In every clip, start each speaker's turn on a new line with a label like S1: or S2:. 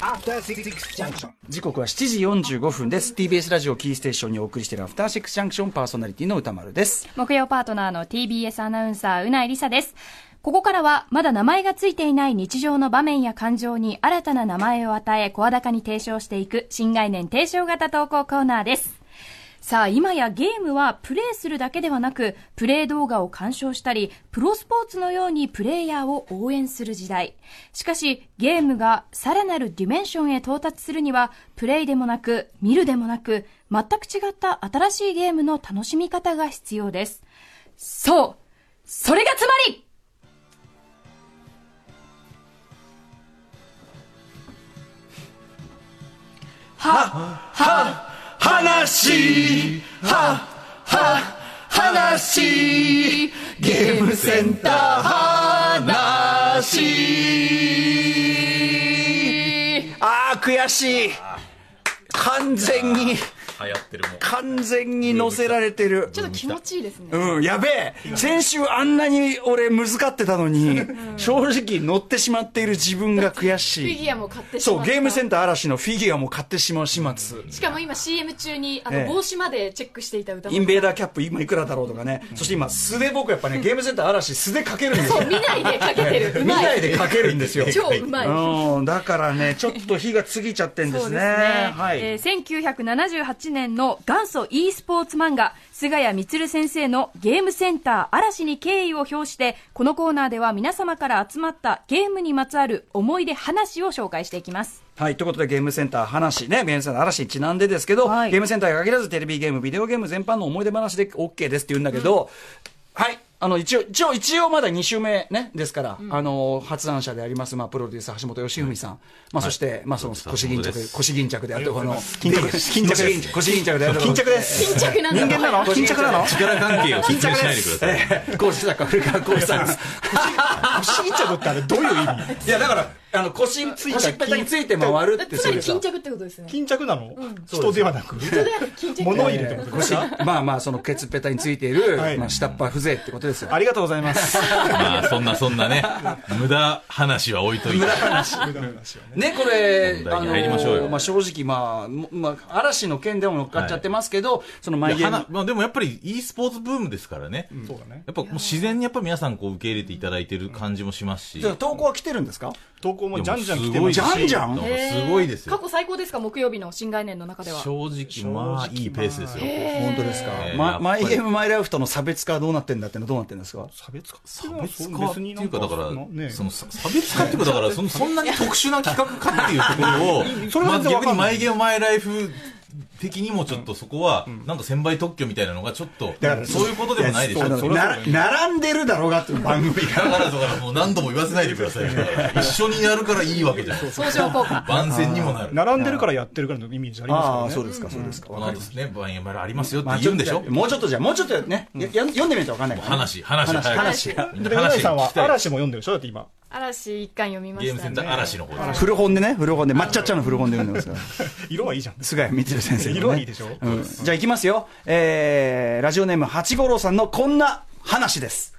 S1: アフターシックスジャンクション。
S2: 時刻は7時45分です TBS ラジオキーステーションにお送りしているアフターシックスジャンクションパーソナリティの歌丸です
S3: 木曜パートナーの TBS アナウンサー、うないりさです。ここからは、まだ名前がついていない日常の場面や感情に新たな名前を与え、声高に提唱していく、新概念提唱型投稿コーナーです。さあ、今やゲームはプレイするだけではなく、プレイ動画を鑑賞したり、プロスポーツのようにプレイヤーを応援する時代。しかし、ゲームがさらなるディメンションへ到達するには、プレイでもなく、見るでもなく、全く違った新しいゲームの楽しみ方が必要です。そうそれがつまり
S2: 話はは話ゲームセンター話あー悔しい完全に
S4: 流行ってるもん。
S2: 完全に乗せられてる
S3: ちょっと気持ちいいですね。
S2: うん、やべえ先週あんなに俺難かってたのに、正直乗ってしまっている自分が悔
S3: フ
S2: し
S3: ィ
S2: い。
S3: ギュアも買ってしま
S2: そう、ゲームセ
S3: ン
S2: ンター嵐のフィギュアも買ってしまう始末。
S3: しかも今 CM 中にあ
S2: ええ
S3: の帽子までチェックしていた歌
S2: インベーダーキャップ今いくらだろうとかね。そして今素で僕やっぱね、ゲームセンター嵐素でかけるんですよ。
S3: 見ないでかけてる。う
S2: 見
S3: ま
S2: ない
S3: い。
S2: でかけるんですよ。
S3: 超うまい。
S2: うん、だからね、ちょっと火が過ぎちゃってんですね。
S3: そうですね、
S2: はい。
S3: えー1978年の元祖 e スポーツ漫画菅谷満先生のゲームセンター嵐に敬意を表してこのコーナーでは皆様から集まったゲームにまつわる思い出話を紹介していきます
S2: はい。ということで、ゲームセンター話ね、ゲームセンター嵐にちなんでですけど、
S3: はい
S2: ゲームセンターに限らずテレビゲーム、ビデオゲーム全般の思い出話で OK ですって言うんだけど、はい。あの、一応、一応、一応まだ2週目ね、ですから、あの、発案者であります、まあ、プロデューサー、橋本義文さん、まあ、そして、まあ、その、
S4: そう
S2: 腰巾
S4: そうで
S2: 着、
S4: す
S2: 腰巾着であるとこの、
S4: 巾 着です
S2: 巾着です。腰巾着であるとこの。巾着です。
S3: 巾着なんだ
S2: 人間な の巾着なの
S4: 力関係を説明しないでください。
S2: ええ、講師作家、古川講師さんです。
S5: 腰巾着ってあれどういう意味
S2: いや、だから、あの、腰につい
S5: 腰
S2: た、
S5: っぺた
S2: 腰
S5: に
S2: について回るって、
S3: つまり巾
S2: さ
S3: 着ってことですね
S5: 巾着なの、人ではなく
S3: 巾着
S5: 物入れってこと
S2: 腰まあまあそのケツペタについている、
S5: はい
S2: まあ、下っ端風情ってことですよ
S5: ありがとうございます
S4: まあ、そんなそんなね、無駄話は置いといて。
S2: ねこれ
S4: 本題に入りましょうよ
S2: あのまあ、正直、まあもまあ、嵐の件でも乗っかっちゃってますけど、そのマイ
S4: い
S2: ゲ
S4: や
S2: ー
S4: 花
S2: ム
S4: まあ、でもやっぱり e スポーツブームですからね。
S5: そうだね
S4: やっぱもう自然にやっぱ皆さんこう受け入れていただいてる感じもしますし。
S2: じゃあ投稿は来てるんですか
S5: 投稿もじゃんじゃん来て
S4: も
S5: ま
S4: う
S5: す
S4: す
S5: し
S4: ごい
S2: じゃんじゃん
S4: だからすごいです
S3: 過
S4: よ。
S3: 去最高ですか木曜日の新概念の中では
S4: 正直、まあ、いいペースですよ。
S2: 本当ですか、
S4: えーやっ
S2: ま、
S4: ぱり
S2: マイゲームマイライフとの差別化はどうなってんだってのはどうなってんですか
S5: 差別化
S4: 差別化っていうか、だから、
S5: ね
S4: そのさ差別化っていうか、だから、そのそんなに特殊な企画かっていう とこ
S5: そ
S4: ろ
S5: れ
S4: を、
S5: は
S4: ま
S5: 全
S4: ず
S5: 然わか
S4: 逆に、
S5: んない
S4: マイゲームマイライフ的にもちょっとそこは、なんか先輩特許みたいなのがちょっと、 そういうことでもないでしょ。
S2: あ
S4: だ
S2: の
S4: か
S2: な並んでるだろうがっていう番組が
S4: ら、だからもう何度も言わせないでくださいよ。一緒にやるからいいわけじゃない。
S3: 相乗効果
S4: 万全にもなる。
S5: 並んでるからやってるからのイメージあり
S2: ああ
S5: ます
S2: そ
S5: か
S2: うですかそうですか、
S4: こ
S2: わ
S4: の
S2: か
S4: 後
S2: りま
S4: ですすね、バンエマルありますよって
S2: まあ
S4: 言うんでしょ
S2: もうちょっとじゃあもうちょっとね、やや読んでみないとわかんないからね、
S4: 話、話、
S2: 話
S4: 話。みん
S5: らねで
S4: な
S5: 皆
S4: 話
S5: さん
S4: 聞
S5: は
S4: きたい。
S5: 嵐も読んでるでしょだって今
S3: 嵐一巻読みま
S4: ゲー
S3: し
S4: ムセ
S3: た
S4: ンター
S3: ね
S4: 嵐の方です。
S2: 古本でね古本で抹茶茶の古本で読んでますから
S5: 色はいいじゃん
S2: 菅谷光先生の、ね、
S5: 色はいいでしょ
S2: うん、じゃあいきますよ、えー、ラジオネーム八五郎さんのこんな話です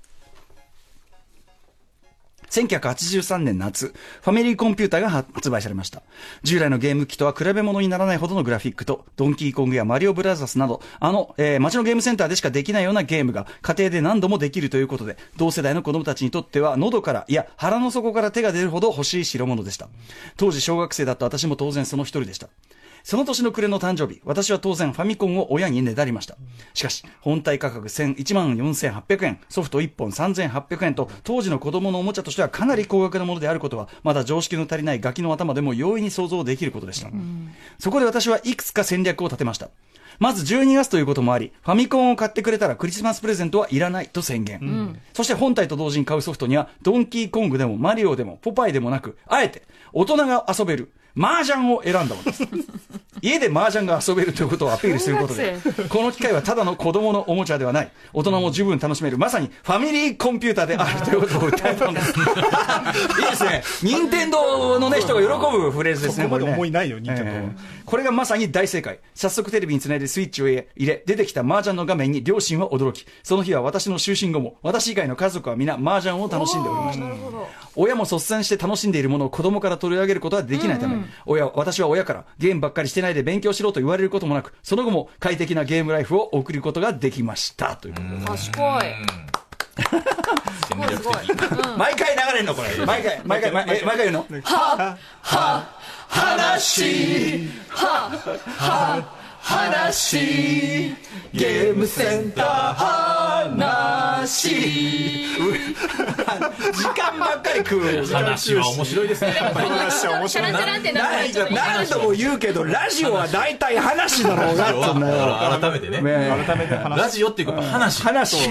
S2: 1983年夏、ファミリーコンピューターが発売されました。従来のゲーム機とは比べ物にならないほどのグラフィックと、ドンキーコングやマリオブラザースなど、あの、えー街のゲームセンターでしかできないようなゲームが、家庭で何度もできるということで、同世代の子供たちにとっては、喉から、いや、腹の底から手が出るほど欲しい代物でした。当時小学生だった私も当然その一人でした。その年の暮れの誕生日、私は当然ファミコンを親にねだりました。しかし、本体価格1000 14,800円、ソフト1本3,800円と、当時の子供のおもちゃとしてはかなり高額なものであることは、まだ常識の足りないガキの頭でも容易に想像できることでした。そこで私はいくつか戦略を立てました。まず12月ということもあり、ファミコンを買ってくれたらクリスマスプレゼントはいらないと宣言。そして本体と同時に買うソフトには、ドンキーコングでもマリオでもポパイでもなく、あえて大人が遊べる麻雀を選んだのです。家で麻雀が遊べるということをアピールすることで
S3: 小、
S2: この機械はただの子供のおもちゃではない、大人も十分楽しめる、まさにファミリーコンピューターであるということを訴えた んです。いいですね。任天堂のね、人が喜ぶフレーズですね、
S5: そこまで
S2: れね
S5: 思いないよ任天堂は
S2: ええこれがまさに大正解。早速テレビにつないでスイッチを入れ、出てきた麻雀の画面に両親は驚き、その日は私の就寝後も、私以外の家族は皆麻雀を楽しんでおりました。
S3: なるほど。
S2: 親も率先して楽しんでいるものを子供から取り上げることはできないため、親私は親からゲームばっかりしてないで勉強しろと言われることもなく、その後も快適なゲームライフを送ることができました。ということで
S3: 賢い。
S4: 戦
S3: すごい
S4: 略
S3: す
S4: 的。
S3: ごい。うん。
S2: 毎回流れんのこ れ。毎回、毎回、毎回、え毎回言うの話は、は、話ゲームセンター話時間ばっかり食う。
S4: 話は面白いですね。やっぱり
S5: 話は面
S3: チャ
S5: 白い
S3: ランチャランってなるからちょっと
S2: 何度も言うけど、ラジオは大体話だろう
S4: ラジオ
S2: が、そんなよ。
S4: は改めてね。
S2: ね
S5: 改めて話
S4: ラジオっていうかやっぱ話。
S2: 話、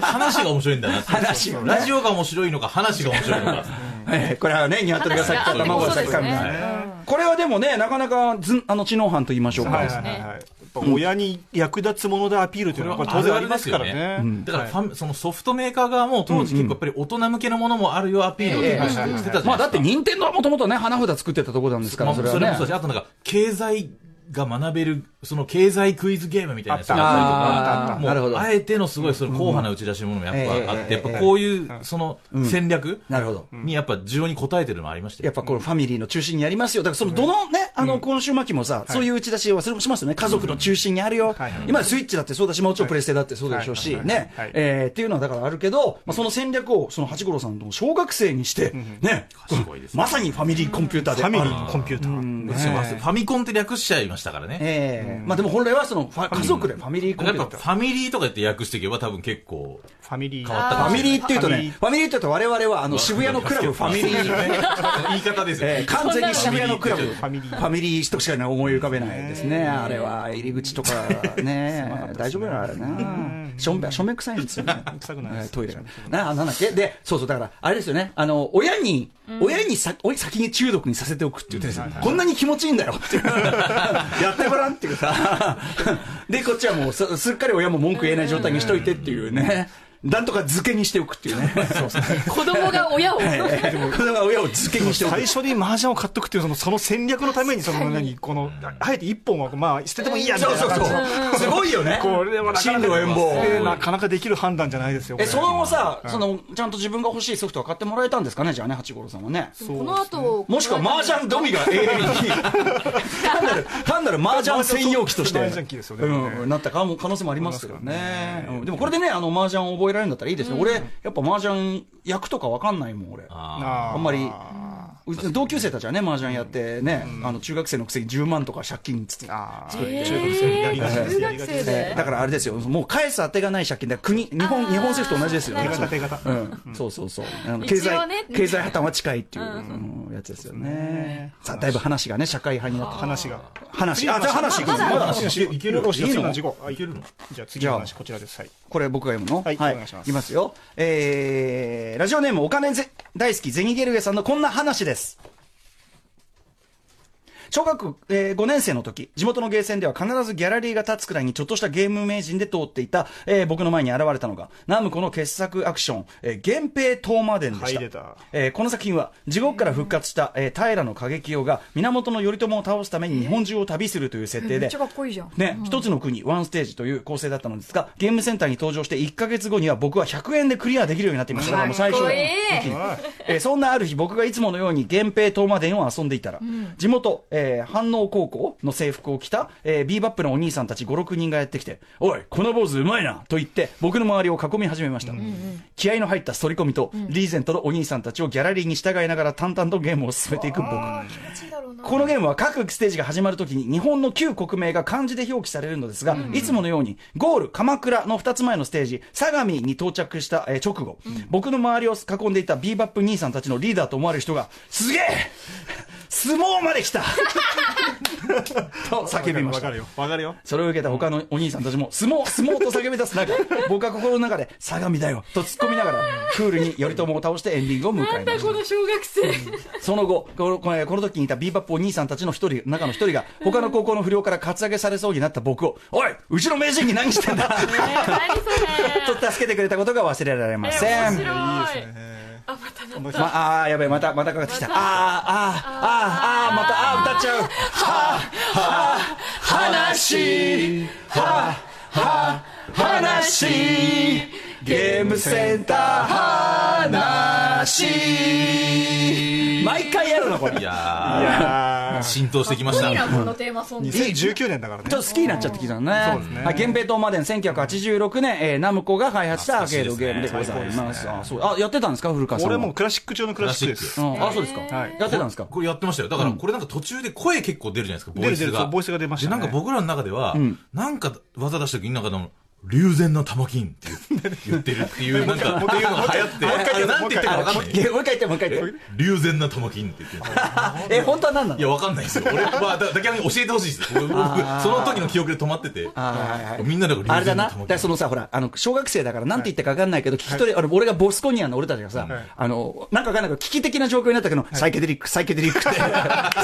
S4: 話が面白いんだなって。
S2: 話をね
S4: ラジオが面白いのか、話が面白いのか。
S2: ええこれはね、ニワトリが
S3: 話
S2: 先
S3: があ
S2: か
S3: って
S2: 卵
S3: こ
S2: が
S3: そで
S2: 先
S3: す
S2: かみたいな。
S3: ね。
S2: これはでもね、なかなかずあの知能犯と言いましょうか。
S5: はいはいはいはいやっぱ親に役立つものでアピールというのはこれ当然ありますから
S4: これは
S5: ねう
S4: あるある
S5: ん
S4: だからファミ、そのソフトメーカー側も当時結構やっぱり大人向けのものもあるよアピールを結構してしてたじゃないですか。
S2: まあだって、任天堂はもともとね、花札作ってたところなんですか
S4: ま
S2: ら、
S4: あ
S2: そ
S4: そ
S2: れ
S4: れ
S2: は
S4: もそうだ
S2: ね。
S4: し、あとなんか、経済が学べる、その経済クイズゲームみたいなやつが
S2: あっ
S4: あったた
S2: あった
S4: りとか、もう
S2: なるほど
S4: あえてのすごい、その硬派な打ち出しものもやっぱあっ
S2: え
S4: て、
S2: え
S4: やっぱこういう、その戦略
S2: なるほど。
S4: にやっぱ需要に応えてるのもありました
S2: やっ
S4: よ。
S2: ぱこのファミリーの中心にありますよ。だからその、どのね、あの、今週末期もさ、そういう打ち出しはそれもしますよね。家族の中心にあるよ
S5: はい。
S2: 今スイッチだってそうだし、もちろんプレステだってそうでしょうし、
S5: はい
S2: ね
S5: はい。
S2: えーっていうのはだからあるけど、まあその戦略を、その八五郎さんの小学生にして、ね
S4: 賢いです、ね
S2: まさにファミリーコンピューターで
S5: フ
S2: あ
S5: ァ
S2: る
S5: ミリーのコンピューター
S4: すいませんファミコンって略しちゃいましたからね。
S2: ええまあでも本来はその、ファ家族でファミリーコン
S4: や
S2: ピ
S4: っ
S2: ュー
S4: ぱ
S2: ター
S4: フ。ァミリーとかって訳していけば多分結構
S5: ファミリー
S4: 変わった
S2: フ
S4: か
S2: ァ
S4: もし
S2: ミ
S4: れない。
S2: リーっていうと
S5: ファミリ
S2: ね
S5: ー、
S2: ファミリーっていうと我々はあの渋谷のクラブファミリー、
S4: ね。 言い方ですよ
S2: え
S4: ね
S2: ー。完全に渋谷のクラブ、フ
S5: ファミリー
S2: ァミリーとしか思い浮かべないですね。あれは入り口とか ね、大丈夫なのあれな。しょんべ、しょんべん臭いんですよね。
S5: 臭くないです
S2: えートイレが。な、あなんだっけで、そうそう、だから、あれですよね。あの、親に、親にさ、おい先に中毒にさせておくっていう手ですよこんなに気持ちいいんだよっていう。 やってごらんっていうさ。 で、こっちはもうす、すっかり親も文句言えない状態にしといてっていうね。なんとか漬けにしておくっていうね。そう そう。
S3: 子供が親を。
S2: で も、子供は親を漬けにしておく
S5: 最。初に麻雀を買っとくっていうそのその戦略のためにその何このあえて一本はまあ捨ててもいいやみたい
S2: そ
S5: うな
S2: そうそう
S5: 感じの。
S2: すごいよね。
S5: これはなか
S2: 進
S5: な
S2: 路
S5: か
S2: 遠
S5: え
S2: 望。
S5: ーなかなかできる判断じゃないですよ。こ
S2: え、
S5: れ
S2: その後さ、その、ちゃんと自分が欲しいソフトは買ってもらえたんですかね、じゃあね、八五郎さんはね。
S3: この後、
S2: もしくは麻雀ドミが永遠に、単なる、単なる麻雀専用機として、
S5: 麻雀機ですよね
S2: うん、なったかも可能性もありますけどね。うんでもこれでね、あの、麻雀を覚えられるんだったらいいですね。俺、やっぱ麻雀役とかわかんないもん、俺。
S5: あ
S4: あ
S5: ー
S2: あんまりうちの同級生たちはね、麻雀やってね、あの、中学生のくせに10万とか借金つつ
S5: あー
S3: えー
S5: りがちです
S3: 中学生
S2: えー
S3: で。
S2: だからあれですよ、もう返す当てがない借金だから国、日本、日本政府と同じですよね。
S5: 手形手形
S2: うん、そうそうそう。あの
S3: 一
S2: 経済、
S3: 応ね
S2: 経済破綻は近いっていう、うんやつですよね。さあ、だいぶ話がね、社会派になって。
S5: 話が。
S2: 話、あ、じゃあ話いく
S5: まだ
S2: まだ
S5: 話
S4: いけいける
S5: よし
S4: いいの
S5: 次の事項はい
S4: いけるの
S5: じゃあ次の話こちらです。はい。
S2: これ僕が読むの
S5: はいお願いします
S2: いきますよ。えー、ラジオネームお金ぜ大好きゼニゲルゲさんのこんな話です。小学、えー5年生の時、地元のゲーセンでは必ずギャラリーが立つくらいにちょっとしたゲーム名人で通っていた、えー僕の前に現れたのが、ナムコの傑作アクション、えー、源平東馬伝で
S5: 入
S2: した。
S5: れた。
S2: えーこの作品は地獄から復活した、えー平の景清が源頼朝を倒すために日本中を旅するという設定
S3: めっ
S2: で
S3: ちゃかっこいいじゃん。
S2: ね、一つの国、ワンステージという構成だったのですが、ゲームセンターに登場して1ヶ月後には僕は100円でクリアできるようになっていました。だからもう最初の
S3: かっこいい
S2: 時にえーそんなある日、僕がいつものように源平東馬伝を遊んでいたら、地元、えー、反応高校の制服を着た、えー、ビーバップのお兄さんたち5、6人がやってきて、おい、この坊主うまいなと言って、僕の周りを囲み始めました。気合の入った反り込みと、リーゼントのお兄さんたちをギャラリーに従いながら淡々とゲームを進めていく僕。このゲームは各ステージが始まるときに日本の旧国名が漢字で表記されるのですが、いつものようにゴール鎌倉の2つ前のステージ相模に到着した、えー直後、僕の周りを囲んでいたビーバップ 兄さんたちのリーダーと思われる人が「すげえ相撲まで来た と叫びまし
S5: わか
S2: た
S5: る。よ。わかるよ。
S2: それを受けた他のお兄さんたちも、相撲、相撲と叫び出す中、僕は心の中で、相模だよと突っ込みながら、クールに頼朝を倒してエンディングを迎えました。
S3: の小学生。
S2: その後、このこのこの時にいたビーバップお兄さんたちの一人、中の一人が、他の高校の不良からカツアゲされそうになった僕を、おいうちの名人に何してんだ
S3: 何そ
S2: と助けてくれたことが忘れられませ
S3: れ。
S2: ん。
S3: 面白い。あ、またな。
S2: まああーやべえまたまたかかってきた、あーあーあーあーまたあー歌っちゃうはあはあ話はあはあ話ゲームセンター話毎回やるのこれ
S4: い
S2: ちょ
S5: い
S4: や
S5: や
S4: ー浸透してきまし た。
S3: このテーマソング。
S5: 2019年だからね
S2: っ。と好きになっちゃってきたね。
S5: そうですね
S2: はい、源平島まで1986年、えーナムコが開発したアーケードゲームでござい
S4: 懐
S2: ま。
S4: かしいですすね
S2: あ、そう。あ、やってたんですか古川さん。
S5: 俺はもう、クラシック中のクラシックです。
S2: うん、あ、そうですか。
S5: はい
S2: やってたんですか
S4: これやってましたよ。だから、これなんか途中で声結構出るじゃないですか、ボ
S5: 出
S4: イ
S5: る出
S4: ス
S5: る、そ
S4: が。
S5: うボイスが出まし
S4: で、
S5: た
S4: な
S5: ね。
S4: んか僕らの中では、なんか技出した時になんかでも、龍前の玉金って言ってるっていう、なんか、っていうのが流行って、
S5: もう一回言って
S4: あなんて言ってるかわかんない。
S2: もう一回言って、もう一回言って。
S4: 龍前な玉金って言ってる。
S2: え、本当は何なの
S4: いや、わかんないですよ。俺、まあ、だ、だけに教えてほしいです。僕、僕その時の記憶で止まってて。
S2: はいはいはい
S4: みんなでこ
S2: あれだな、だか
S4: 竜禅の玉
S2: らそのさ、ほら、あの小学生だから、なんて言ったか分かんないけど、聞き取り、あの俺がボスコニアの俺たちがさ、
S5: はい
S2: あのなんか分かんないけど、危機的な状況になったけど、サイケデリック、サイケデリッ クって、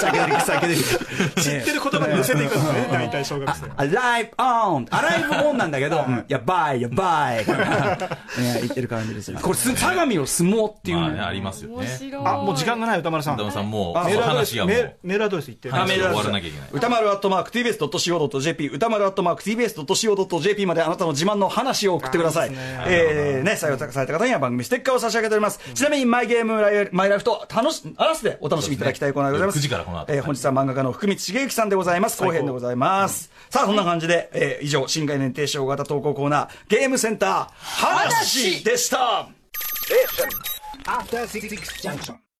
S2: サイケデリック、サイケデリック、
S5: 知ってる言葉に寄せていくんですね、大体小学生。
S2: アライブオンアライブオンなんだけど、うんやばい、やばい、ね、言ってる感じですよ。これ、す相模を相撲っていうの
S4: まあ
S2: よ、
S4: ね、ありますよ
S3: 面
S4: ね。
S3: 白い。
S5: あ、もう時間がない、歌丸さん。
S4: ダムさんもう、
S5: メ
S4: そ
S5: ー
S4: の
S5: ルアドレ
S4: 話
S5: ス、
S4: がも
S5: メ
S4: う
S5: ー、ルメールアドレス言って。
S4: 話
S2: メールアドレ
S4: が終
S2: ス
S4: わらなきゃいけない。
S2: 歌丸アットマーク tbs.co.jp 歌丸アットマーク tbs.co.jp まであなたの自慢の話を送ってください
S5: あいいですね
S2: えーね採用された方には番組ステッカーを差し上げております、ちなみにマイゲームライマイライフと楽しあらすでお楽しみいただきたいコーナーでございます
S4: そうですね9時からこの後
S2: えー本日は漫画家の福光茂之さんでございます後編でございます、さあそんな感じで、えー以上新概念提唱型投稿コーナーゲームセンター話でした
S1: After Six Junction.